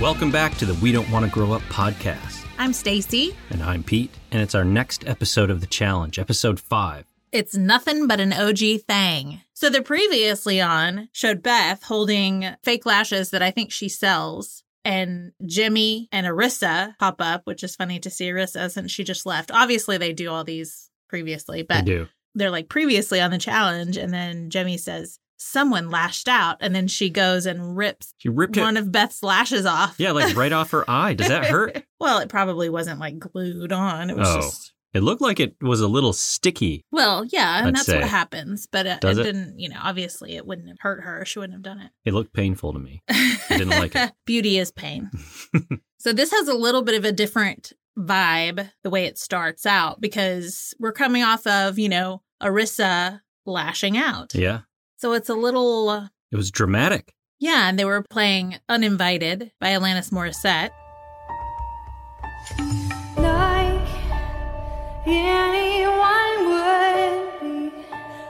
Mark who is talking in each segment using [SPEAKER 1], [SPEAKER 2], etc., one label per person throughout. [SPEAKER 1] Welcome back to the We Don't Want to Grow Up podcast.
[SPEAKER 2] I'm Stacy.
[SPEAKER 1] And I'm Pete, and it's our next episode of The Challenge, episode five.
[SPEAKER 2] It's nothing but an OG thing. So the previously on showed Beth holding fake lashes that I think she sells. And Jimmy and Arissa pop up, which is funny to see Arissa since she just left. Obviously, they do all these previously,
[SPEAKER 1] I
[SPEAKER 2] but
[SPEAKER 1] do.
[SPEAKER 2] they're like previously on the challenge. And then Jimmy says, Someone lashed out. And then she goes and rips
[SPEAKER 1] She ripped it.
[SPEAKER 2] one of Beth's lashes off.
[SPEAKER 1] yeah, like right off her eye. Does that hurt?
[SPEAKER 2] Well, it probably wasn't like glued on. It was
[SPEAKER 1] Oh.
[SPEAKER 2] just
[SPEAKER 1] It looked like it was a little sticky.
[SPEAKER 2] Well, yeah, and
[SPEAKER 1] I'd
[SPEAKER 2] that's
[SPEAKER 1] say.
[SPEAKER 2] what happens. But uh,
[SPEAKER 1] Does
[SPEAKER 2] it,
[SPEAKER 1] it?
[SPEAKER 2] didn't, you know, obviously it wouldn't have hurt her. She wouldn't have done it.
[SPEAKER 1] It looked painful to me. didn't like it.
[SPEAKER 2] Beauty is pain. so this has a little bit of a different vibe the way it starts out because we're coming off of, you know, Arissa lashing out.
[SPEAKER 1] Yeah,
[SPEAKER 2] So it's a little,
[SPEAKER 1] it was dramatic.
[SPEAKER 2] yeah, and they were playing Uninvited by Alanis Morissette.
[SPEAKER 3] Like anyone would be,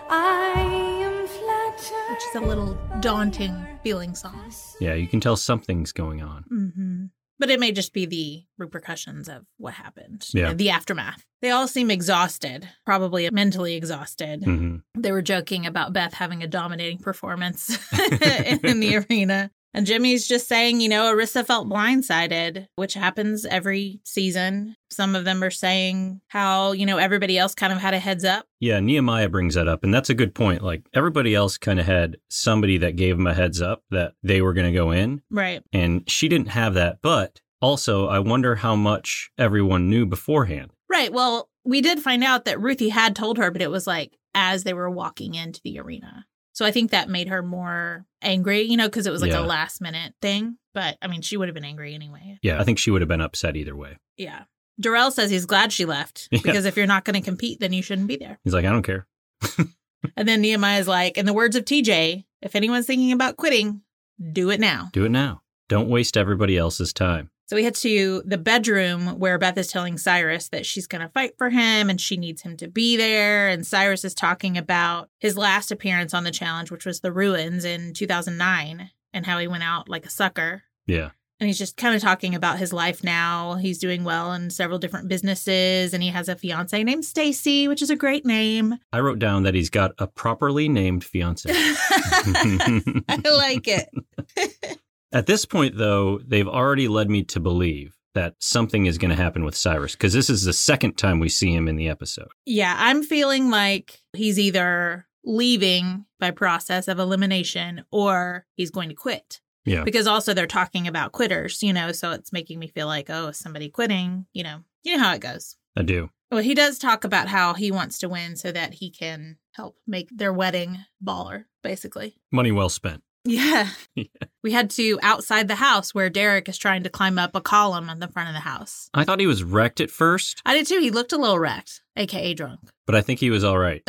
[SPEAKER 3] I am flattered.
[SPEAKER 2] Which is a little daunting feeling song.
[SPEAKER 1] Yeah, you can tell something's going on.
[SPEAKER 2] hmm But it may just be the repercussions of what happened,
[SPEAKER 1] Yeah.
[SPEAKER 2] the aftermath. They all seem exhausted, probably mentally exhausted.
[SPEAKER 1] hmm
[SPEAKER 2] They were joking about Beth having a dominating performance in the arena. And Jimmy's just saying, you know, Arissa felt blindsided, which happens every season. Some of them are saying how, you know, everybody else kind of had a heads up.
[SPEAKER 1] Yeah, Nehemiah brings that up, and that's a good point. Like everybody else kind of had somebody that gave them a heads up that they were going to go in,
[SPEAKER 2] Right.
[SPEAKER 1] and she didn't have that. But also, I wonder how much everyone knew beforehand.
[SPEAKER 2] Right. Well, we did find out that Ruthie had told her, but it was like as they were walking into the arena. So I think that made her more angry, you know, because it was like
[SPEAKER 1] Yeah.
[SPEAKER 2] a last minute thing. But I mean, she would have been angry anyway.
[SPEAKER 1] Yeah, I think she would have been upset either way.
[SPEAKER 2] Yeah. Darrell says he's glad she left
[SPEAKER 1] Yeah.
[SPEAKER 2] because if you're not going to compete, then you shouldn't be there.
[SPEAKER 1] He's like, I don't care.
[SPEAKER 2] And then Nehemiah's like, in the words of TJ, if anyone's thinking about quitting, do it now.
[SPEAKER 1] Do it now. Don't waste everybody else's time.
[SPEAKER 2] So we head to the bedroom where Beth is telling Cyrus that she's going to fight for him and she needs him to be there. And Cyrus is talking about his last appearance on the challenge, which was the ruins in 2009, and how he went out like a sucker.
[SPEAKER 1] Yeah.
[SPEAKER 2] And he's just kind of talking about his life now. He's doing well in several different businesses, and he has a fiance named Stacy, which is a great name.
[SPEAKER 1] I wrote down that he's got a properly named fiance.
[SPEAKER 2] I like it.
[SPEAKER 1] At this point, though, they've already led me to believe that something is going to happen with Cyrus because this is the second time we see him in the episode.
[SPEAKER 2] Yeah, I'm feeling like he's either leaving by process of elimination or he's going to quit.
[SPEAKER 1] Yeah.
[SPEAKER 2] Because also they're talking about quitters, you know, so it's making me feel like, oh, is somebody quitting, you know, you know how it goes.
[SPEAKER 1] I do.
[SPEAKER 2] Well, he does talk about how he wants to win so that he can help make their wedding baller, basically.
[SPEAKER 1] Money well spent.
[SPEAKER 2] Yeah.
[SPEAKER 1] Yeah.
[SPEAKER 2] We had to outside the house where Derek is trying to climb up a column on the front of the house.
[SPEAKER 1] I thought he was wrecked at first,
[SPEAKER 2] I did too. He looked a little wrecked, aka drunk.
[SPEAKER 1] but I think he was all right.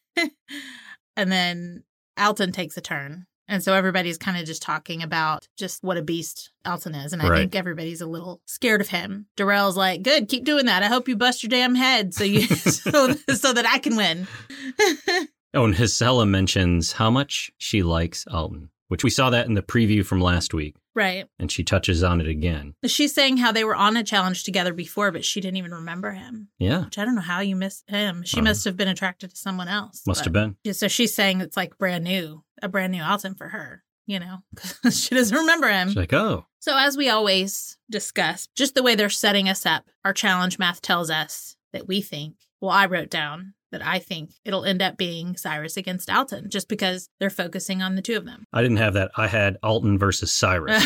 [SPEAKER 2] and then Alton takes a turn. And so everybody's kind of just talking about just what a beast Alton is. And I
[SPEAKER 1] Right.
[SPEAKER 2] think everybody's a little scared of him. Darrell's like, good, keep doing that. I hope you bust your damn head so you so, so that I can win.
[SPEAKER 1] Oh, and Hisela mentions how much she likes Alton, which we saw that in the preview from last week,
[SPEAKER 2] right.
[SPEAKER 1] and she touches on it again.
[SPEAKER 2] She's saying how they were on a challenge together before, but she didn't even remember him,
[SPEAKER 1] Yeah,
[SPEAKER 2] which I don't know how you miss him. She
[SPEAKER 1] Uh-huh.
[SPEAKER 2] must have been attracted to someone else.
[SPEAKER 1] must
[SPEAKER 2] but-
[SPEAKER 1] have been.
[SPEAKER 2] Yeah, So she's saying it's like brand new, a brand new Alton for her, you know, 'cause she doesn't remember him.
[SPEAKER 1] She's like, oh,
[SPEAKER 2] So, as we always discuss, just the way they're setting us up, our challenge math tells us that we think, well, I wrote down that I think it'll end up being Cyrus against Alton just because they're focusing on the two of them.
[SPEAKER 1] I didn't have that. I had Alton versus Cyrus.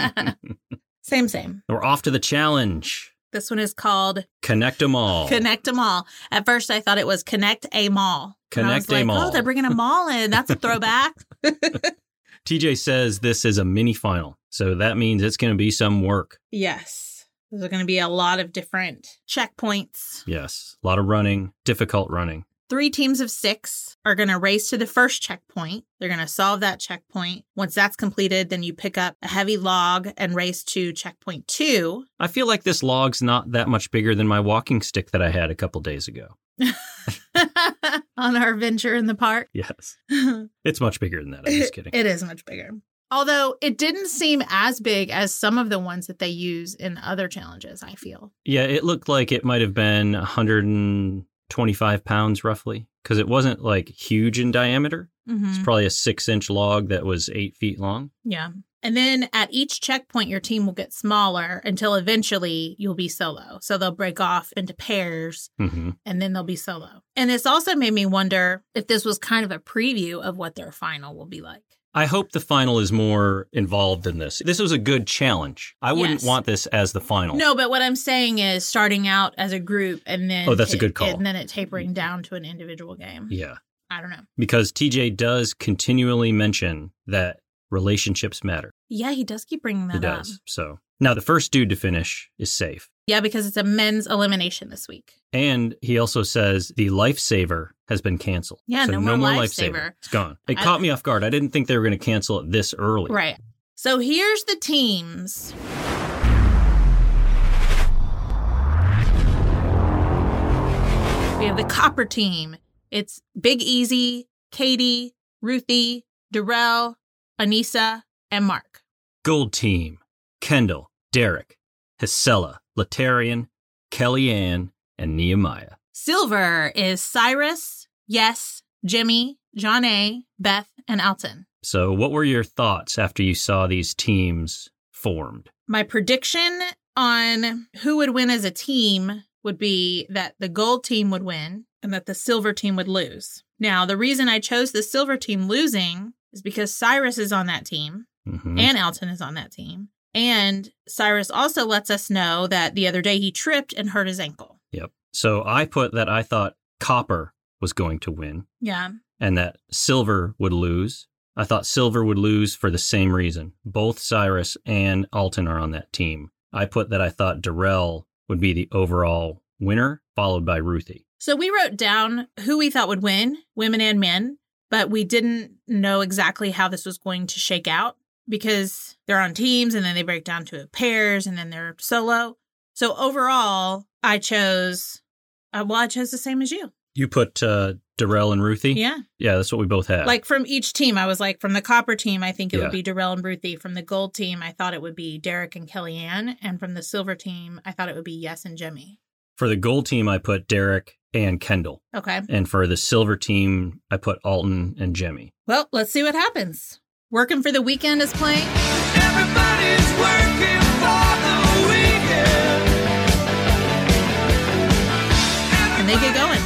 [SPEAKER 2] same, same.
[SPEAKER 1] We're off to the challenge.
[SPEAKER 2] This one is called
[SPEAKER 1] Connect them all.
[SPEAKER 2] Connect a Mall. At first, I thought it was Connect a Mall. And I was
[SPEAKER 1] Connect a
[SPEAKER 2] like,
[SPEAKER 1] Mall.
[SPEAKER 2] Oh, they're bringing a mall in. That's a throwback.
[SPEAKER 1] TJ says this is a mini final, so that means it's going to be some work.
[SPEAKER 2] yes. There's going to be a lot of different checkpoints.
[SPEAKER 1] Yes, a lot of running, difficult running.
[SPEAKER 2] Three teams of six are going to race to the first checkpoint. They're going to solve that checkpoint. Once that's completed, then you pick up a heavy log and race to checkpoint two.
[SPEAKER 1] I feel like this log's not that much bigger than my walking stick that I had a couple days ago.
[SPEAKER 2] on our venture in the park.
[SPEAKER 1] Yes,
[SPEAKER 2] I'm
[SPEAKER 1] it's much bigger than that. I'm just kidding.
[SPEAKER 2] It is much bigger. Although it didn't seem as big as some of the ones that they use in other challenges, I feel.
[SPEAKER 1] Yeah, it looked like it might have been 125 pounds roughly because it wasn't like huge in diameter.
[SPEAKER 2] Mm-hmm.
[SPEAKER 1] It's probably a six inch log that was eight feet long.
[SPEAKER 2] Yeah. And then at each checkpoint, your team will get smaller until eventually you'll be solo. So they'll break off into pairs
[SPEAKER 1] hmm
[SPEAKER 2] and then they'll be solo. And this also made me wonder if this was kind of a preview of what their final will be like.
[SPEAKER 1] I hope the final is more involved in this. This was a good challenge. I wouldn't
[SPEAKER 2] Yes.
[SPEAKER 1] want this as the final.
[SPEAKER 2] No, but what I'm saying is starting out as a group and then
[SPEAKER 1] Oh, that's a
[SPEAKER 2] it-
[SPEAKER 1] good call. Mm-hmm.
[SPEAKER 2] And then it tapering down to an individual game.
[SPEAKER 1] Yeah.
[SPEAKER 2] I don't know.
[SPEAKER 1] Because TJ does continually mention that relationships matter.
[SPEAKER 2] Yeah, he does keep bringing that
[SPEAKER 1] He
[SPEAKER 2] up.
[SPEAKER 1] does. So now the first dude to finish is safe.
[SPEAKER 2] Yeah, because it's a men's elimination this week.
[SPEAKER 1] And he also says the lifesaver has been canceled.
[SPEAKER 2] Yeah,
[SPEAKER 1] so
[SPEAKER 2] no
[SPEAKER 1] no
[SPEAKER 2] more
[SPEAKER 1] more
[SPEAKER 2] Lifesaver.
[SPEAKER 1] lifesaver. It's gone. It
[SPEAKER 2] I-
[SPEAKER 1] caught me off guard. I didn't think they were going to cancel it this early.
[SPEAKER 2] Right. So here's the teams. We have the copper team. It's Big Easy, Katie, Ruthie, Darrell, Anissa, and Mark.
[SPEAKER 1] Gold Team, Kendall, Derek, Hisella, Letarian, Kellyanne, and Nehemiah.
[SPEAKER 2] Silver is Cyrus, Yes, Jimmy, John A, Beth, and Elton.
[SPEAKER 1] So, what were your thoughts after you saw these teams formed?
[SPEAKER 2] My prediction on who would win as a team would be that the gold team would win and that the silver team would lose. Now, the reason I chose the silver team losing is because Cyrus is on that team
[SPEAKER 1] Mhm.
[SPEAKER 2] and Alton is on that team. And Cyrus also lets us know that the other day he tripped and hurt his ankle.
[SPEAKER 1] Yep. So, I put that I thought Copper was going to win
[SPEAKER 2] Yeah.
[SPEAKER 1] and that Silver would lose. I thought Silver would lose for the same reason. Both Cyrus and Alton are on that team. I put that I thought Darrell would be the overall winner, followed by Ruthie.
[SPEAKER 2] So we wrote down who we thought would win, women and men, but we didn't know exactly how this was going to shake out because they're on teams and then they break down to pairs and then they're solo. So overall, I chose, uh, well, I chose the same as you.
[SPEAKER 1] You put uh, Darrell and Ruthie?
[SPEAKER 2] Yeah.
[SPEAKER 1] Yeah, that's what we both had.
[SPEAKER 2] Like from each team, I was like, from the copper team, I think it
[SPEAKER 1] Yeah.
[SPEAKER 2] would be Darrell and Ruthie. From the gold team, I thought it would be Derek and Kellyanne. And from the silver team, I thought it would be Yes and Jimmy.
[SPEAKER 1] for the gold team, I put Derek and Kendall,
[SPEAKER 2] Okay.
[SPEAKER 1] and for the silver team, I put Alton and Jemmy.
[SPEAKER 2] Well, let's see what happens. Working for the weekend is playing.
[SPEAKER 4] Everybody's working for the weekend.
[SPEAKER 2] and they get going.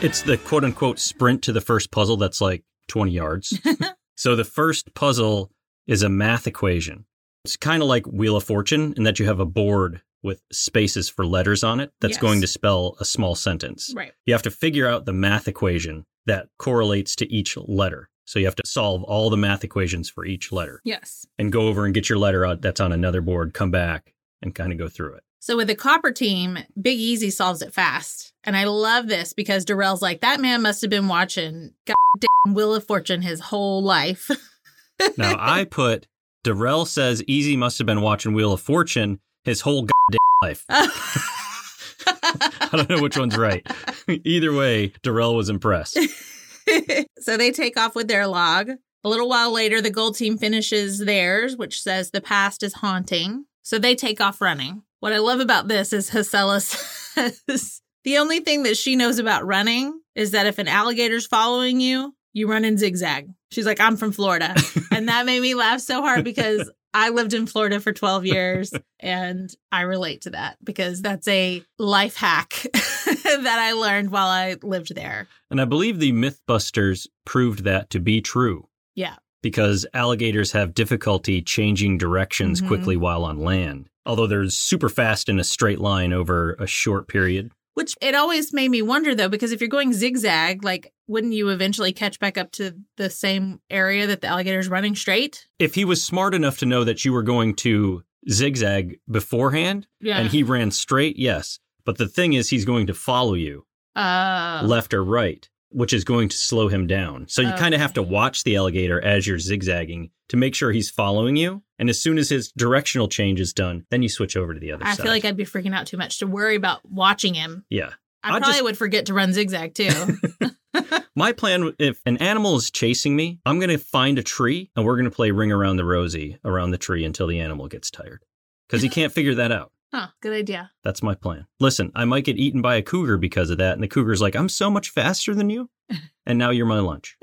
[SPEAKER 1] It's the quote unquote sprint to the first puzzle that's like 20 yards. so the first puzzle is a math equation. It's kind of like Wheel of Fortune in that you have a board with spaces for letters on it that's
[SPEAKER 2] Yes.
[SPEAKER 1] going to spell a small sentence.
[SPEAKER 2] Right.
[SPEAKER 1] You have to figure out the math equation that correlates to each letter. So you have to solve all the math equations for each letter.
[SPEAKER 2] Yes.
[SPEAKER 1] and go over and get your letter out that's on another board, come back and kind of go through it.
[SPEAKER 2] So with the copper team, Big Easy solves it fast. And I love this because Darrell's like, that man must have been watching goddamn Wheel of Fortune his whole life.
[SPEAKER 1] Now, I put Darrell says Easy must have been watching Wheel of Fortune his whole goddamn life. I don't know which one's right. Either way, Darrell was impressed.
[SPEAKER 2] so they take off with their log. A little while later, the gold team finishes theirs, which says the past is haunting. So they take off running. What I love about this is Hasela says the only thing that she knows about running is that if an alligator's following you, you run in zigzag. She's like, I'm from Florida. and that made me laugh so hard because I lived in Florida for 12 years and I relate to that because that's a life hack that I learned while I lived there.
[SPEAKER 1] And I believe the Mythbusters proved that to be true.
[SPEAKER 2] Yeah.
[SPEAKER 1] Because alligators have difficulty changing directions
[SPEAKER 2] Mhm.
[SPEAKER 1] quickly while on land, although they're super fast in a straight line over a short period.
[SPEAKER 2] Which it always made me wonder though, because if you're going zigzag, like wouldn't you eventually catch back up to the same area that the alligator's running straight?
[SPEAKER 1] If he was smart enough to know that you were going to zigzag beforehand,
[SPEAKER 2] Yeah.
[SPEAKER 1] and he ran straight, yes. But the thing is, he's going to follow you
[SPEAKER 2] uh,
[SPEAKER 1] left or right, which is going to slow him down. So you kind of have to
[SPEAKER 2] Okay.
[SPEAKER 1] watch the alligator as you're zigzagging to make sure he's following you. And as soon as his directional change is done, then you switch over to the other
[SPEAKER 2] I
[SPEAKER 1] side.
[SPEAKER 2] feel like I'd be freaking out too much to worry about watching him.
[SPEAKER 1] yeah.
[SPEAKER 2] I
[SPEAKER 1] I'll
[SPEAKER 2] probably
[SPEAKER 1] just-
[SPEAKER 2] would forget to run zigzag too.
[SPEAKER 1] My plan if an animal is chasing me, I'm going to find a tree and we're going to play Ring Around the Rosie around the tree until the animal gets tired because he can't figure that out.
[SPEAKER 2] Huh. Good idea.
[SPEAKER 1] That's my plan. Listen, I might get eaten by a cougar because of that. And the cougar's like, I'm so much faster than you. And now you're my lunch.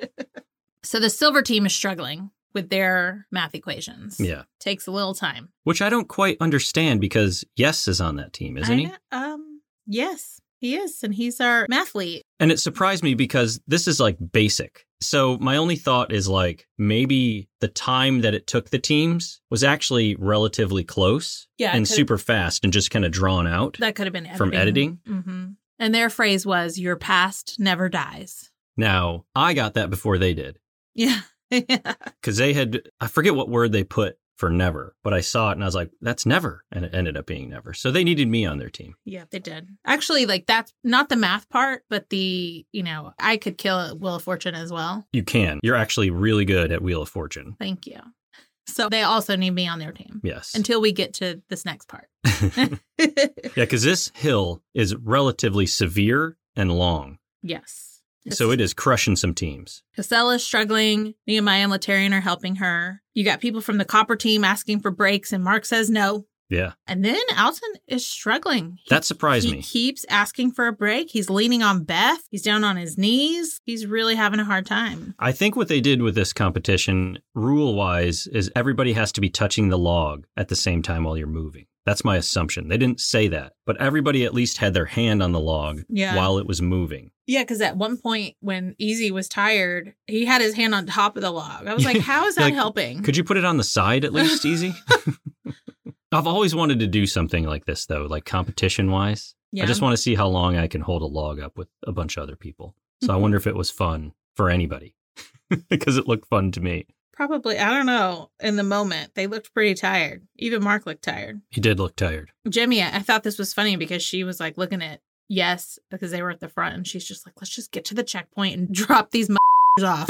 [SPEAKER 2] So the silver team is struggling with their math equations.
[SPEAKER 1] Yeah.
[SPEAKER 2] Takes a little time.
[SPEAKER 1] Which I don't quite understand because Yes is on that team, isn't
[SPEAKER 2] I
[SPEAKER 1] he?
[SPEAKER 2] know- Um, yes, he is. And he's our mathlete.
[SPEAKER 1] And it surprised me because this is like basic. So my only thought is like maybe the time that it took the teams was actually relatively close
[SPEAKER 2] Yeah.
[SPEAKER 1] and super fast and just kind of drawn out.
[SPEAKER 2] That could have been editing.
[SPEAKER 1] From
[SPEAKER 2] hmm And their phrase was, "Your past never dies."
[SPEAKER 1] Now, I got that before they did
[SPEAKER 2] Yeah. yeah.
[SPEAKER 1] because they had, I forget what word they put for never, but I saw it and I was like, that's never. And it ended up being never. So they needed me on their team.
[SPEAKER 2] Yeah, they did. Actually, like that's not the math part, but the, you know, I could kill Will of Fortune as well.
[SPEAKER 1] You can. You're actually really good at Wheel of Fortune.
[SPEAKER 2] Thank you. So they also need me on their team
[SPEAKER 1] Yes.
[SPEAKER 2] until we get to this next part.
[SPEAKER 1] yeah, because this hill is relatively severe and long.
[SPEAKER 2] yes.
[SPEAKER 1] So it is crushing some teams.
[SPEAKER 2] Casella's struggling. Nehemiah and Letarian are helping her. You got people from the copper team asking for breaks, and Mark says no.
[SPEAKER 1] Yeah.
[SPEAKER 2] And then Alton is struggling. He-
[SPEAKER 1] That surprised
[SPEAKER 2] he
[SPEAKER 1] me.
[SPEAKER 2] keeps asking for a break. He's leaning on Beth. He's down on his knees. He's really having a hard time.
[SPEAKER 1] I think what they did with this competition, rule wise, is everybody has to be touching the log at the same time while you're moving. That's my assumption. They didn't say that, but everybody at least had their hand on the log
[SPEAKER 2] Yeah.
[SPEAKER 1] while it was moving.
[SPEAKER 2] Yeah, because at one point when Easy was tired, he had his hand on top of the log. I was like, how is that
[SPEAKER 1] Like,
[SPEAKER 2] helping?
[SPEAKER 1] Could you put it on the side at least, easy? I've always wanted to do something like this, though, like competition wise.
[SPEAKER 2] yeah.
[SPEAKER 1] I just want to see how long I can hold a log up with a bunch of other people. So I wonder if it was fun for anybody because it looked fun to me.
[SPEAKER 2] Probably, I don't know, in the moment, they looked pretty tired. Even Mark looked tired.
[SPEAKER 1] He did look tired.
[SPEAKER 2] Jimmy, I I thought this was funny because she was like looking at yes because they were at the front, and she's just like, let's just get to the checkpoint and drop these off.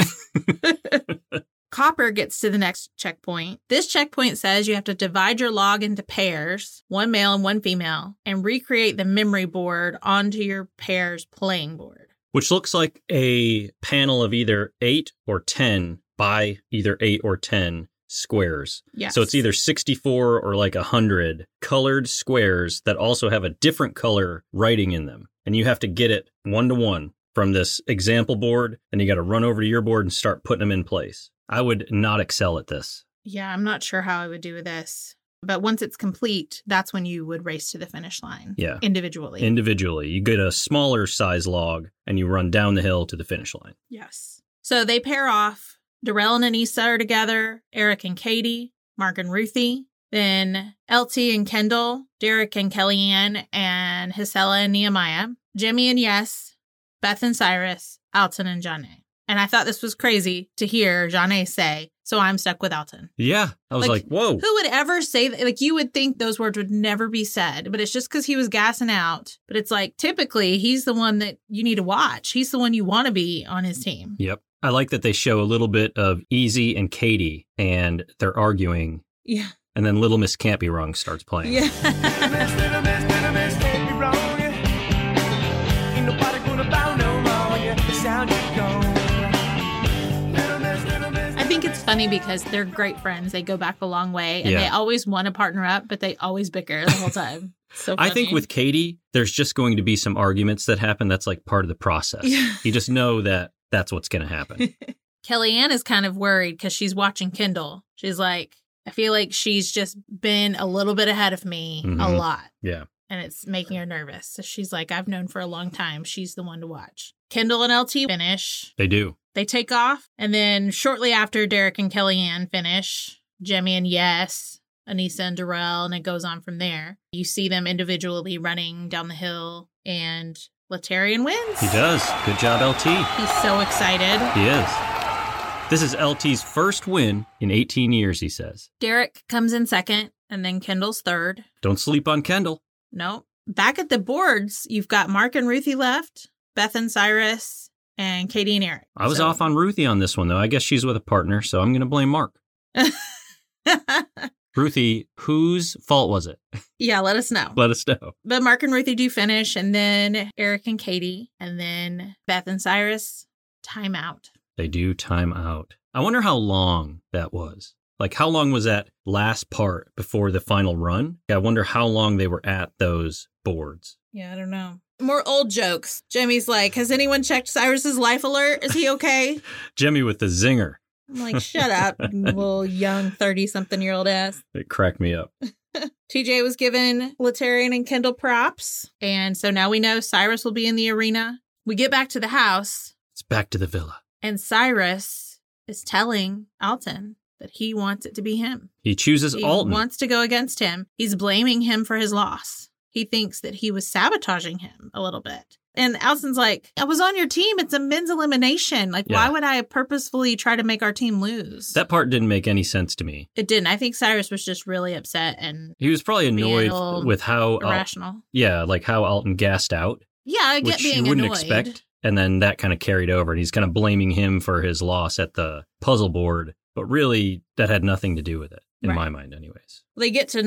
[SPEAKER 2] Copper gets to the next checkpoint. This checkpoint says you have to divide your log into pairs, one male and one female, and recreate the memory board onto your pair's playing board.
[SPEAKER 1] Which looks like a panel of either eight or 10 by either eight or 10 squares.
[SPEAKER 2] Yes.
[SPEAKER 1] So it's either 64 or like 100 colored squares that also have a different color writing in them. And you have to get it one to one from this example board. And you got to run over to your board and start putting them in place. I would not excel at this.
[SPEAKER 2] Yeah, I'm not sure how I would do with this. But once it's complete, that's when you would race to the finish line.
[SPEAKER 1] Yeah.
[SPEAKER 2] Individually.
[SPEAKER 1] individually. You get a smaller size log and you run down the hill to the finish line.
[SPEAKER 2] Yes. So they pair off. Darrell and Anissa are together, Eric and Katie, Mark and Ruthie, then LT and Kendall, Derek and Kellyanne, and Hisela and Nehemiah, Jimmy and Yes, Beth and Cyrus, Alton and Janae. And I thought this was crazy to hear Janae say, So I'm stuck with Alton.
[SPEAKER 1] Yeah. I was
[SPEAKER 2] Like,
[SPEAKER 1] like, whoa.
[SPEAKER 2] Who would ever say that? Like, you would think those words would never be said, but it's just because he was gassing out. But it's like, typically, he's the one that you need to watch. He's the one you want to be on his team.
[SPEAKER 1] Yep. I like that they show a little bit of Easy and Katie and they're arguing.
[SPEAKER 2] Yeah.
[SPEAKER 1] And then Little Miss Can't Be Wrong starts playing.
[SPEAKER 2] Yeah.
[SPEAKER 4] Miss, little miss, little miss, can't be wrong, yeah. Ain't nobody gonna bow no wrong, yeah. The sound you go. Little miss, little miss,
[SPEAKER 2] I think it's funny because they're great friends. They go back a long way and
[SPEAKER 1] Yeah.
[SPEAKER 2] they always want to partner up, but they always bicker the whole time. So
[SPEAKER 1] I think
[SPEAKER 2] funny.
[SPEAKER 1] with Katie, there's just going to be some arguments that happen. That's like part of the process.
[SPEAKER 2] Yeah.
[SPEAKER 1] You just know that that's what's going to happen.
[SPEAKER 2] Kellyanne is kind of worried because she's watching Kendall. She's like, I feel like she's just been a little bit ahead of me a
[SPEAKER 1] Mhm.
[SPEAKER 2] lot.
[SPEAKER 1] Yeah.
[SPEAKER 2] And it's making her nervous. So she's like, I've known for a long time. She's the one to watch. Kendall and LT finish.
[SPEAKER 1] they do.
[SPEAKER 2] They take off. And then shortly after Derek and Kellyanne finish, Jemmy and Yes, Anissa and Darrell, and it goes on from there. You see them individually running down the hill, and Letarian wins.
[SPEAKER 1] He does. Good job, LT.
[SPEAKER 2] He's so excited.
[SPEAKER 1] He is. This is LT's first win in 18 years, he says.
[SPEAKER 2] Derek comes in second, and then Kendall's third.
[SPEAKER 1] Don't sleep on Kendall.
[SPEAKER 2] Nope. Back at the boards, you've got Mark and Ruthie left, Beth and Cyrus, and Katie and Eric.
[SPEAKER 1] I was
[SPEAKER 2] So-
[SPEAKER 1] off on Ruthie on this one, though. I guess she's with a partner, so I'm going to blame Mark. Ruthie, whose fault was it?
[SPEAKER 2] yeah, let us know.
[SPEAKER 1] Let us know.
[SPEAKER 2] But Mark and Ruthie do finish, and then Eric and Katie, and then Beth and Cyrus time out.
[SPEAKER 1] They do time out. I wonder how long that was. Like, how long was that last part before the final run? I wonder how long they were at those boards.
[SPEAKER 2] Yeah, I don't know. More old jokes. Jamie's like, Has anyone checked Cyrus's life alert? Is he okay?
[SPEAKER 1] Jimmy with the zinger.
[SPEAKER 2] I'm like, Shut up, you little young 30 something year old ass.
[SPEAKER 1] It cracked me up.
[SPEAKER 2] TJ was given Letarian and Kendall props. And so now we know Cyrus will be in the arena. We get back to the house,
[SPEAKER 1] It's back to the villa.
[SPEAKER 2] and Cyrus is telling Alton that he wants it to be him.
[SPEAKER 1] He chooses
[SPEAKER 2] He
[SPEAKER 1] Alton.
[SPEAKER 2] wants to go against him. He's blaming him for his loss. He thinks that he was sabotaging him a little bit. And Alston's like, I was on your team. It's a men's elimination. Like,
[SPEAKER 1] Yeah.
[SPEAKER 2] why would I purposefully try to make our team lose?
[SPEAKER 1] that part didn't make any sense to me.
[SPEAKER 2] it didn't. I think Cyrus was just really upset and
[SPEAKER 1] He was probably annoyed
[SPEAKER 2] Feel
[SPEAKER 1] with how, Al-
[SPEAKER 2] irrational.
[SPEAKER 1] yeah, like how Alton gassed out,
[SPEAKER 2] Yeah, I get
[SPEAKER 1] which
[SPEAKER 2] being
[SPEAKER 1] you wouldn't
[SPEAKER 2] annoyed.
[SPEAKER 1] expect. And then that kind of carried over, and he's kind of blaming him for his loss at the puzzle board. But really, that had nothing to do with it, in my
[SPEAKER 2] Right.
[SPEAKER 1] mind, anyways.
[SPEAKER 2] they get to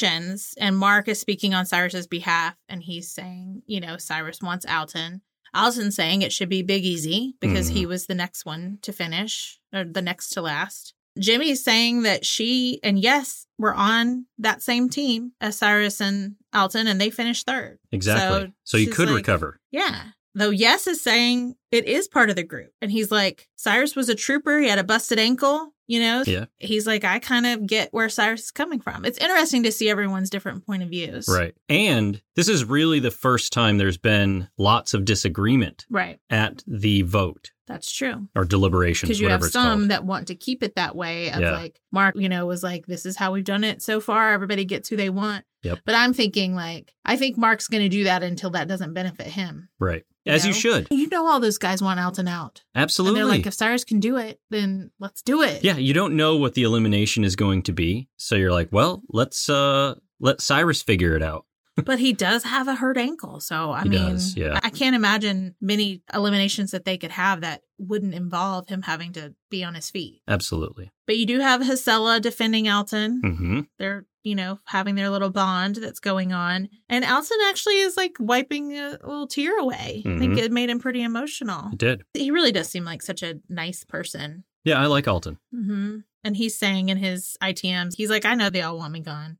[SPEAKER 2] nominations and mark is speaking on cyrus's behalf and he's saying you know cyrus wants alton alton's saying it should be big easy because he was the next one to finish or the next to last jimmy's saying that she and yes were on that same team as cyrus and alton and they finished third
[SPEAKER 1] Exactly. So, you
[SPEAKER 2] she's
[SPEAKER 1] could
[SPEAKER 2] like-
[SPEAKER 1] recover.
[SPEAKER 2] yeah. Though Yes is saying it is part of the group. And he's like, Cyrus was a trooper. He had a busted ankle, you know?
[SPEAKER 1] Yeah.
[SPEAKER 2] He's like, I kind of get where Cyrus is coming from. It's interesting to see everyone's different point of views.
[SPEAKER 1] Right. And this is really the first time there's been lots of disagreement
[SPEAKER 2] Right.
[SPEAKER 1] at the vote
[SPEAKER 2] That's true.
[SPEAKER 1] or deliberations,
[SPEAKER 2] Because you
[SPEAKER 1] whatever
[SPEAKER 2] have
[SPEAKER 1] it's called.
[SPEAKER 2] some that want to keep it that way. Of
[SPEAKER 1] Yeah.
[SPEAKER 2] like, Mark, you know, was like, this is how we've done it so far. Everybody gets who they want.
[SPEAKER 1] Yep.
[SPEAKER 2] But I'm thinking, like, I think Mark's going to do that until that doesn't benefit him.
[SPEAKER 1] Right.
[SPEAKER 2] You
[SPEAKER 1] As you
[SPEAKER 2] know?
[SPEAKER 1] should.
[SPEAKER 2] You know, all those guys want Alton out.
[SPEAKER 1] Absolutely.
[SPEAKER 2] And they're like, if Cyrus can do it, then let's do it.
[SPEAKER 1] Yeah, you don't know what the elimination is going to be, so you're like, well, let's uh let Cyrus figure it out.
[SPEAKER 2] but he does have a hurt ankle. So I
[SPEAKER 1] He
[SPEAKER 2] mean,
[SPEAKER 1] does, yeah.
[SPEAKER 2] I I can't imagine many eliminations that they could have that wouldn't involve him having to be on his feet.
[SPEAKER 1] Absolutely.
[SPEAKER 2] But you do have Hasela defending Alton.
[SPEAKER 1] hmm
[SPEAKER 2] They're you know having their little bond that's going on, and Alton actually is like wiping a little tear away. I think
[SPEAKER 1] Mhm.
[SPEAKER 2] it made him pretty emotional.
[SPEAKER 1] It did.
[SPEAKER 2] He really does seem like such a nice person.
[SPEAKER 1] Yeah, I like Alton.
[SPEAKER 2] hmm And he's saying in his ITMs, he's like, I know they all want me gone.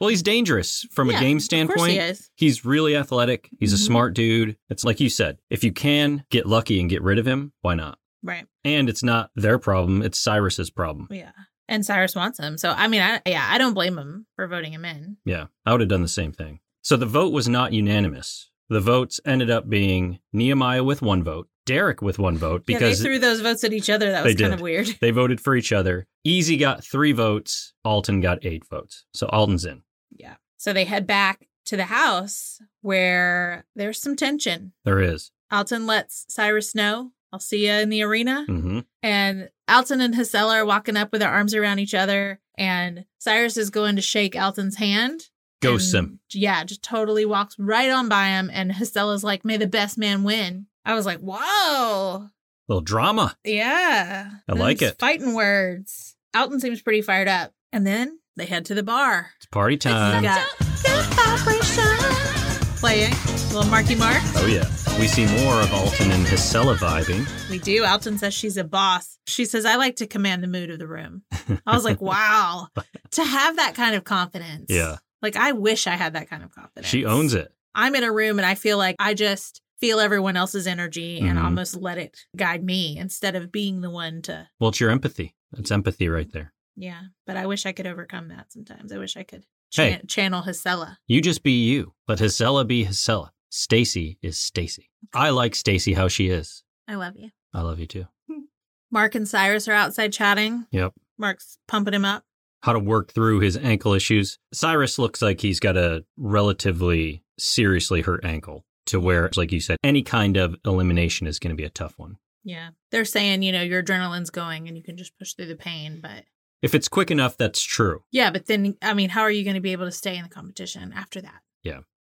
[SPEAKER 1] Well, he's dangerous from
[SPEAKER 2] Yeah,
[SPEAKER 1] a game
[SPEAKER 2] Of course
[SPEAKER 1] standpoint.
[SPEAKER 2] he is.
[SPEAKER 1] He's really athletic. He's
[SPEAKER 2] Mhm.
[SPEAKER 1] a smart dude. It's like you said, if you can get lucky and get rid of him, why not?
[SPEAKER 2] Right.
[SPEAKER 1] And it's not their problem, it's Cyrus's problem.
[SPEAKER 2] Yeah. And Cyrus wants him. So I mean, I yeah, I don't blame him for voting him in.
[SPEAKER 1] Yeah, I would have done the same thing. So the vote was not unanimous. The votes ended up being Nehemiah with one vote, Derek with one vote, because
[SPEAKER 2] yeah, they threw those votes at each other. That was
[SPEAKER 1] They
[SPEAKER 2] kind of
[SPEAKER 1] did.
[SPEAKER 2] weird.
[SPEAKER 1] They voted for each other. Easy got three votes. Alton got eight votes. So Alton's in.
[SPEAKER 2] Yeah. So they head back to the house where there's some tension.
[SPEAKER 1] There is.
[SPEAKER 2] Alton lets Cyrus know, I'll see you in the arena.
[SPEAKER 1] Mm-hmm.
[SPEAKER 2] And Alton and Hasela are walking up with their arms around each other. And Cyrus is going to shake Alton's hand.
[SPEAKER 1] Ghosts
[SPEAKER 2] And,
[SPEAKER 1] him.
[SPEAKER 2] Yeah, just totally walks right on by him. And Hasela's like, may the best man win. I was like, whoa.
[SPEAKER 1] Little drama.
[SPEAKER 2] Yeah.
[SPEAKER 1] I like
[SPEAKER 2] Those
[SPEAKER 1] it.
[SPEAKER 2] Fighting words. Alton seems pretty fired up. And then they head to the bar.
[SPEAKER 1] It's party
[SPEAKER 2] We
[SPEAKER 1] time.
[SPEAKER 2] got playing. Little Marky Mark.
[SPEAKER 1] oh, yeah. We see more of Alton and Hisela vibing.
[SPEAKER 2] We do. Alton says she's a boss. She says, I like to command the mood of the room. I was like, wow. to have that kind of confidence.
[SPEAKER 1] Yeah.
[SPEAKER 2] Like, I wish I had that kind of confidence.
[SPEAKER 1] She owns it.
[SPEAKER 2] I'm in a room and I feel like I just feel everyone else's energy and
[SPEAKER 1] Mhm.
[SPEAKER 2] almost let it guide me instead of being the one to
[SPEAKER 1] Well, it's your empathy. That's empathy right there.
[SPEAKER 2] Yeah, but I wish I could overcome that sometimes. I wish I could
[SPEAKER 1] Hey.
[SPEAKER 2] chan- channel Hasela.
[SPEAKER 1] You just be you. Let Hisela be Hisela. Stacy is Stacy. I like Stacy how she is.
[SPEAKER 2] I love you.
[SPEAKER 1] I love you too.
[SPEAKER 2] Mark and Cyrus are outside chatting.
[SPEAKER 1] Yep.
[SPEAKER 2] Mark's pumping him up.
[SPEAKER 1] How to work through his ankle issues. Cyrus looks like he's got a relatively seriously hurt ankle to where, like you said, any kind of elimination is going to be a tough one.
[SPEAKER 2] Yeah. They're saying, you know, your adrenaline's going and you can just push through the pain. But
[SPEAKER 1] If it's quick enough, that's true.
[SPEAKER 2] yeah, but then, I mean, how are you going to be able to stay in the competition after that?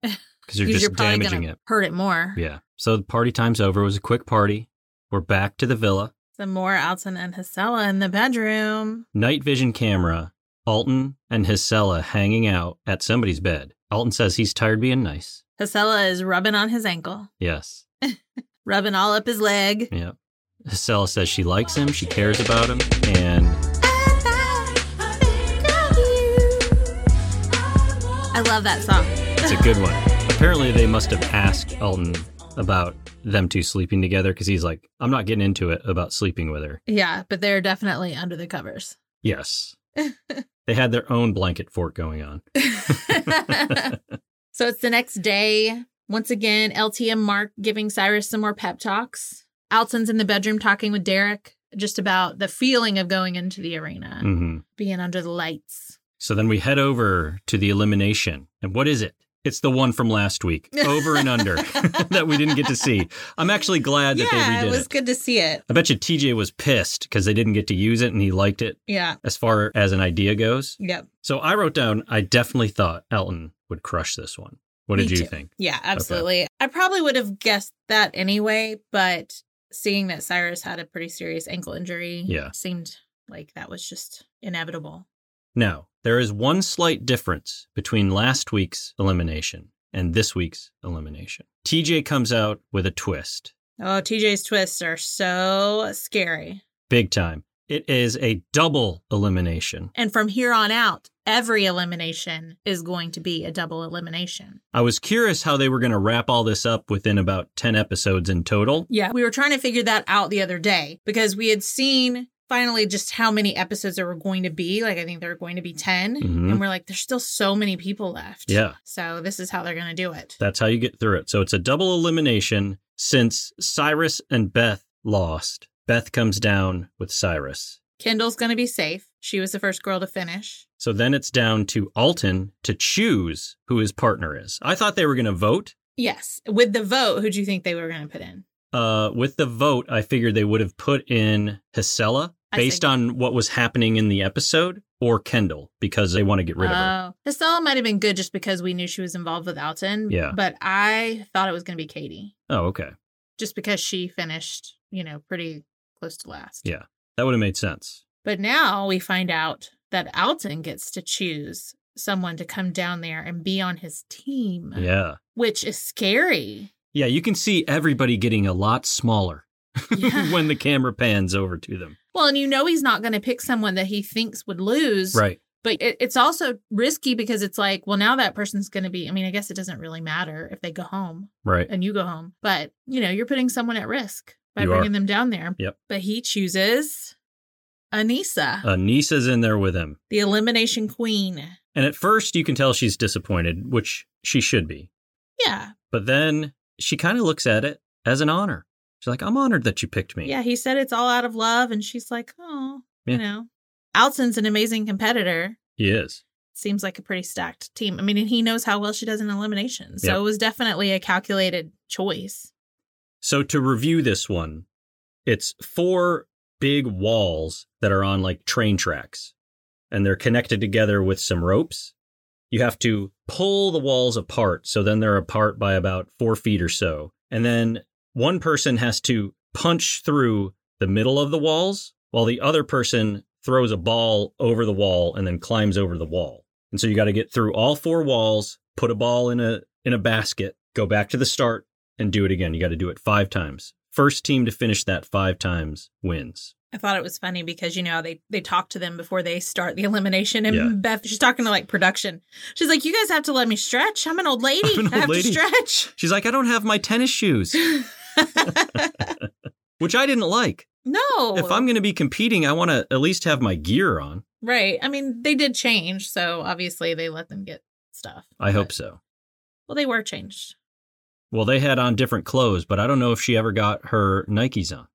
[SPEAKER 1] Because you're
[SPEAKER 2] 'Cause
[SPEAKER 1] just
[SPEAKER 2] probably
[SPEAKER 1] damaging
[SPEAKER 2] gonna
[SPEAKER 1] it.
[SPEAKER 2] hurt it more.
[SPEAKER 1] Yeah. So the party time's over. It was a quick party. We're back to the villa.
[SPEAKER 2] The more Alton and Hasela in the bedroom.
[SPEAKER 1] Night vision camera. Alton and Hisela hanging out at somebody's bed. Alton says he's tired being nice.
[SPEAKER 2] Hasela is rubbing on his ankle.
[SPEAKER 1] Yes.
[SPEAKER 2] rubbing all up his leg.
[SPEAKER 1] Yeah. Stella says she likes him, she cares about him, and
[SPEAKER 2] I love that song.
[SPEAKER 1] it's a good one. Apparently, they must have asked Elton about them two sleeping together because he's like, I'm not getting into it about sleeping with her.
[SPEAKER 2] Yeah, but they're definitely under the covers.
[SPEAKER 1] Yes. they had their own blanket fort going on.
[SPEAKER 2] so it's the next day. Once again, LT and Mark giving Cyrus some more pep talks. Alton's in the bedroom talking with Derek just about the feeling of going into the arena,
[SPEAKER 1] hmm
[SPEAKER 2] being under the lights.
[SPEAKER 1] So then we head over to the elimination. And what is it? It's the one from last week, over and under, that we didn't get to see. I'm actually glad that
[SPEAKER 2] yeah,
[SPEAKER 1] they
[SPEAKER 2] it
[SPEAKER 1] redid it.
[SPEAKER 2] was good to see it.
[SPEAKER 1] I bet you TJ was pissed because they didn't get to use it and he liked it
[SPEAKER 2] Yeah.
[SPEAKER 1] as far as an idea goes.
[SPEAKER 2] Yep.
[SPEAKER 1] So I wrote down, I definitely thought Elton would crush this one. What
[SPEAKER 2] Me
[SPEAKER 1] did you
[SPEAKER 2] too.
[SPEAKER 1] think?
[SPEAKER 2] Yeah, absolutely. I probably would have guessed that anyway, but seeing that Cyrus had a pretty serious ankle injury
[SPEAKER 1] Yeah.
[SPEAKER 2] seemed like that was just inevitable.
[SPEAKER 1] Now, there is one slight difference between last week's elimination and this week's elimination. TJ comes out with a twist.
[SPEAKER 2] Oh, TJ's twists are so scary.
[SPEAKER 1] Big time. It is a double elimination.
[SPEAKER 2] And from here on out, every elimination is going to be a double elimination.
[SPEAKER 1] I was curious how they were going to wrap all this up within about 10 episodes in total.
[SPEAKER 2] Yeah. We were trying to figure that out the other day because we had seen finally just how many episodes there were going to be. Like, I think there were going to be 10.
[SPEAKER 1] Mhm.
[SPEAKER 2] And we're like, there's still so many people left.
[SPEAKER 1] Yeah.
[SPEAKER 2] So this is how they're going to do it.
[SPEAKER 1] That's how you get through it. So it's a double elimination since Cyrus and Beth lost. Beth comes down with Cyrus.
[SPEAKER 2] Kendall's going to be safe. She was the first girl to finish.
[SPEAKER 1] So then it's down to Alton to choose who his partner is. I thought they were going to vote.
[SPEAKER 2] Yes. With the vote, who do you think they were going to put in?
[SPEAKER 1] Uh, with the vote, I figured they would have put in Hisela
[SPEAKER 2] I
[SPEAKER 1] based
[SPEAKER 2] see.
[SPEAKER 1] on what was happening in the episode or Kendall because they want to get rid of her.
[SPEAKER 2] Oh, Estella might have been good just because we knew she was involved with Alton.
[SPEAKER 1] Yeah.
[SPEAKER 2] But I thought it was going to be Katie
[SPEAKER 1] Oh, okay.
[SPEAKER 2] just because she finished, you know, pretty close to last.
[SPEAKER 1] Yeah. That would have made sense.
[SPEAKER 2] But now we find out that Alton gets to choose someone to come down there and be on his team,
[SPEAKER 1] Yeah.
[SPEAKER 2] which is scary.
[SPEAKER 1] Yeah, you can see everybody getting a lot smaller
[SPEAKER 2] Yeah.
[SPEAKER 1] when the camera pans over to them.
[SPEAKER 2] well, and you know he's not going to pick someone that he thinks would lose.
[SPEAKER 1] Right.
[SPEAKER 2] But it, it's also risky because it's like, well, now that person's going to be, I mean, I guess it doesn't really matter if they go home.
[SPEAKER 1] Right.
[SPEAKER 2] and you go home. But you know, you're putting someone at risk by
[SPEAKER 1] You
[SPEAKER 2] bringing
[SPEAKER 1] are.
[SPEAKER 2] them down there.
[SPEAKER 1] Yep.
[SPEAKER 2] But he chooses Anissa,
[SPEAKER 1] Uh, Nisa's in there with him.
[SPEAKER 2] the elimination queen.
[SPEAKER 1] And at first, you can tell she's disappointed, which she should be.
[SPEAKER 2] Yeah,
[SPEAKER 1] But then she kind of looks at it as an honor. She's like, I'm honored that you picked me.
[SPEAKER 2] yeah. He said it's all out of love, and she's like, oh,
[SPEAKER 1] Yeah.
[SPEAKER 2] you know, Alton's an amazing competitor.
[SPEAKER 1] He is.
[SPEAKER 2] Seems like a pretty stacked team. I mean, and he knows how well she does in elimination, so
[SPEAKER 1] Yep.
[SPEAKER 2] it was definitely a calculated choice.
[SPEAKER 1] So to review this one, it's four big walls that are on like train tracks and they're connected together with some ropes. You have to pull the walls apart. So then they're apart by about four feet or so. And then one person has to punch through the middle of the walls while the other person throws a ball over the wall and then climbs over the wall. And so you got to get through all four walls, put a ball in a in a basket, go back to the start and do it again. You got to do it 5 times. First team to finish that 5 times wins.
[SPEAKER 2] I thought it was funny because you know how they they talk to them before they start the elimination, and
[SPEAKER 1] Yeah.
[SPEAKER 2] Beth she's talking to like production. She's like, "You guys have to let me stretch. I'm an old lady.
[SPEAKER 1] I'm an old
[SPEAKER 2] I have
[SPEAKER 1] lady."
[SPEAKER 2] to stretch."
[SPEAKER 1] She's like, I don't have my tennis shoes, which I didn't like.
[SPEAKER 2] no,
[SPEAKER 1] If I'm going to be competing, I want to at least have my gear on.
[SPEAKER 2] right. I mean, they did change, so obviously they let them get stuff.
[SPEAKER 1] I hope
[SPEAKER 2] But-
[SPEAKER 1] so.
[SPEAKER 2] Well, they were changed.
[SPEAKER 1] Well, they had on different clothes, but I don't know if she ever got her Nikes on.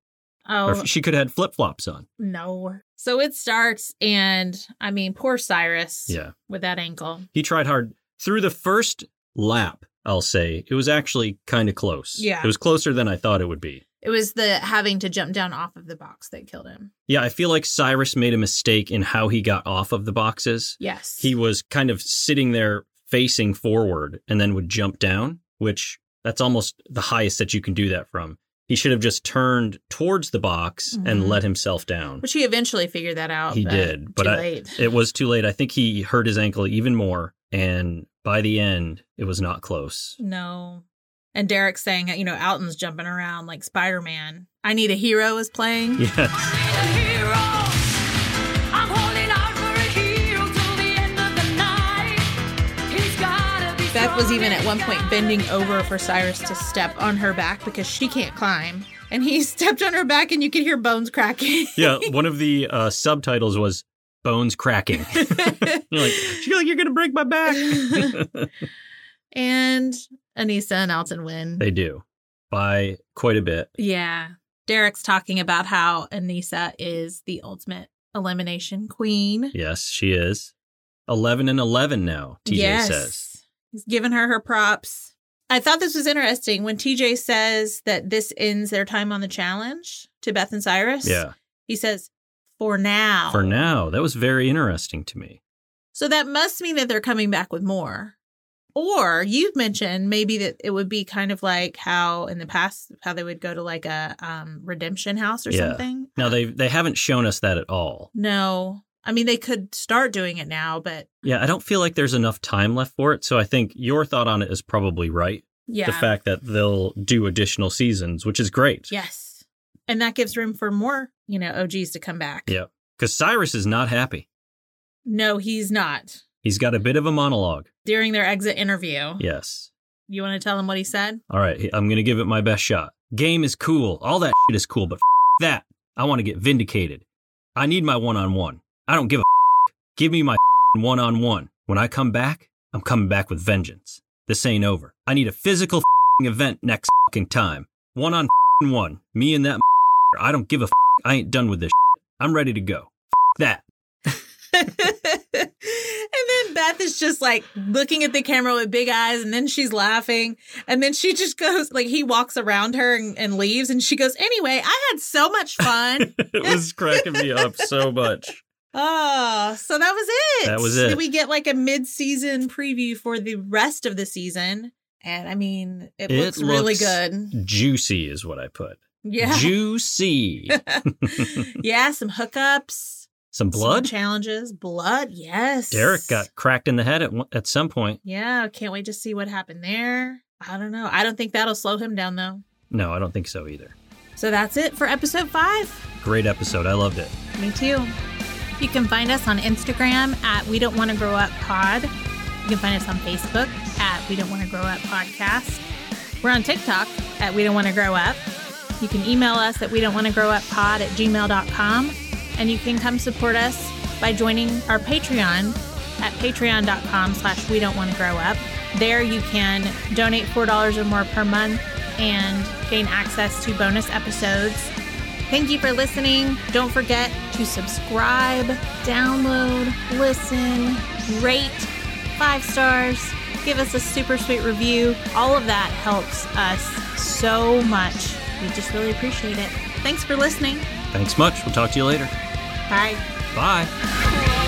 [SPEAKER 1] Or
[SPEAKER 2] Oh
[SPEAKER 1] if she could have had flip flops on.
[SPEAKER 2] no! So it starts, and I mean, poor Cyrus.
[SPEAKER 1] Yeah.
[SPEAKER 2] with that ankle.
[SPEAKER 1] He tried hard through the first lap, I'll say. It was actually kind of close.
[SPEAKER 2] Yeah.
[SPEAKER 1] It was closer than I thought it would be.
[SPEAKER 2] It was the having to jump down off of the box that killed him.
[SPEAKER 1] Yeah, I feel like Cyrus made a mistake in how he got off of the boxes.
[SPEAKER 2] Yes,
[SPEAKER 1] he was kind of sitting there facing forward and then would jump down, which that's almost the highest that you can do that from. He should have just turned towards the box
[SPEAKER 2] Mhm.
[SPEAKER 1] and let himself down.
[SPEAKER 2] which he eventually figured that out.
[SPEAKER 1] He did, but
[SPEAKER 2] too
[SPEAKER 1] I-
[SPEAKER 2] late.
[SPEAKER 1] It was too late. I think he hurt his ankle even more. And by the end, it was not close.
[SPEAKER 2] No. And Derek's saying, you know, Alton's jumping around like Spider Man. I Need a Hero is playing.
[SPEAKER 1] Yes.
[SPEAKER 2] Beth was even at one point bending over for Cyrus to step on her back because she can't climb. And he stepped on her back and you could hear bones cracking.
[SPEAKER 1] Yeah, one of the uh, subtitles was "Bones Cracking." you're like, she's like, "You're gonna break my back."
[SPEAKER 2] and Anissa and Alton win.
[SPEAKER 1] they do by quite a bit.
[SPEAKER 2] yeah. Derek's talking about how Anissa is the ultimate elimination queen.
[SPEAKER 1] Yes, she is eleven and eleven now. TJ says,
[SPEAKER 2] He's giving her her props. I thought this was interesting when TJ says that this ends their time on the challenge to Beth and Cyrus.
[SPEAKER 1] "Yeah,
[SPEAKER 2] He says, for now.
[SPEAKER 1] for now." That was very interesting to me.
[SPEAKER 2] So that must mean that they're coming back with more. Or you've mentioned maybe that it would be kind of like how in the past how they would go to like a um, redemption house or
[SPEAKER 1] Yeah.
[SPEAKER 2] something.
[SPEAKER 1] Now they they haven't shown us that at all.
[SPEAKER 2] No, I mean they could start doing it now, but
[SPEAKER 1] Yeah, I don't feel like there's enough time left for it. So I think your thought on it is probably right.
[SPEAKER 2] yeah,
[SPEAKER 1] The fact that they'll do additional seasons, which is great.
[SPEAKER 2] yes, and that gives room for more you know OGs to come back.
[SPEAKER 1] Yeah. Because Cyrus is not happy.
[SPEAKER 2] No, he's not
[SPEAKER 1] He's got a bit of a monologue.
[SPEAKER 2] during their exit interview.
[SPEAKER 1] Yes.
[SPEAKER 2] You want to tell him what he said?
[SPEAKER 1] All right, I'm going to give it my best shot. Game is cool. All that shit is cool, but f- that. I want to get vindicated. I need my one on one. I don't give a f- Give me my one on one. When I come back, I'm coming back with vengeance. This ain't over. I need a physical f- event next f- time. One on f- one. Me and that. m- I don't give a f- I ain't done with this. Shit. I'm ready to go. F- that.
[SPEAKER 2] and then Beth is just like looking at the camera with big eyes, and then she's laughing. And then she just goes, like, he walks around her and, and leaves. And she goes, Anyway, I had so much fun.
[SPEAKER 1] it was cracking me up so much.
[SPEAKER 2] oh, so that was it.
[SPEAKER 1] That was it.
[SPEAKER 2] Did we get like a mid season preview for the rest of the season? And I mean, it,
[SPEAKER 1] It
[SPEAKER 2] looks, really
[SPEAKER 1] looks-
[SPEAKER 2] good.
[SPEAKER 1] Juicy is what I put.
[SPEAKER 2] Yeah.
[SPEAKER 1] Juicy.
[SPEAKER 2] yeah, some hookups,
[SPEAKER 1] Some
[SPEAKER 2] some
[SPEAKER 1] blood.
[SPEAKER 2] challenges, blood. Yes.
[SPEAKER 1] Derek got cracked in the head at one- at some point.
[SPEAKER 2] Yeah, can't wait to see what happened there. I don't know. I don't think that'll slow him down though.
[SPEAKER 1] No, I don't think so either.
[SPEAKER 2] So that's it for episode five.
[SPEAKER 1] Great episode. I loved it.
[SPEAKER 2] Me too. You can find us on Instagram at We Don't Want to Grow Up Pod. You can find us on Facebook at We Don't Want to Grow Up Podcast. We're on TikTok at We Don't Want to Grow Up. You can email us at We Don't Want to Grow Up Pod at gmail.com. And you can come support us by joining our Patreon at patreon.com slash We Don't Want to Grow Up. There you can donate $4 or more per month and gain access to bonus episodes. Thank you for listening. Don't forget to subscribe, download, listen, rate five stars, give us a super sweet review. All of that helps us so much. We just really appreciate it. Thanks for listening.
[SPEAKER 1] Thanks much. We'll talk to you later.
[SPEAKER 2] Bye.
[SPEAKER 1] Bye.
[SPEAKER 3] Whoa.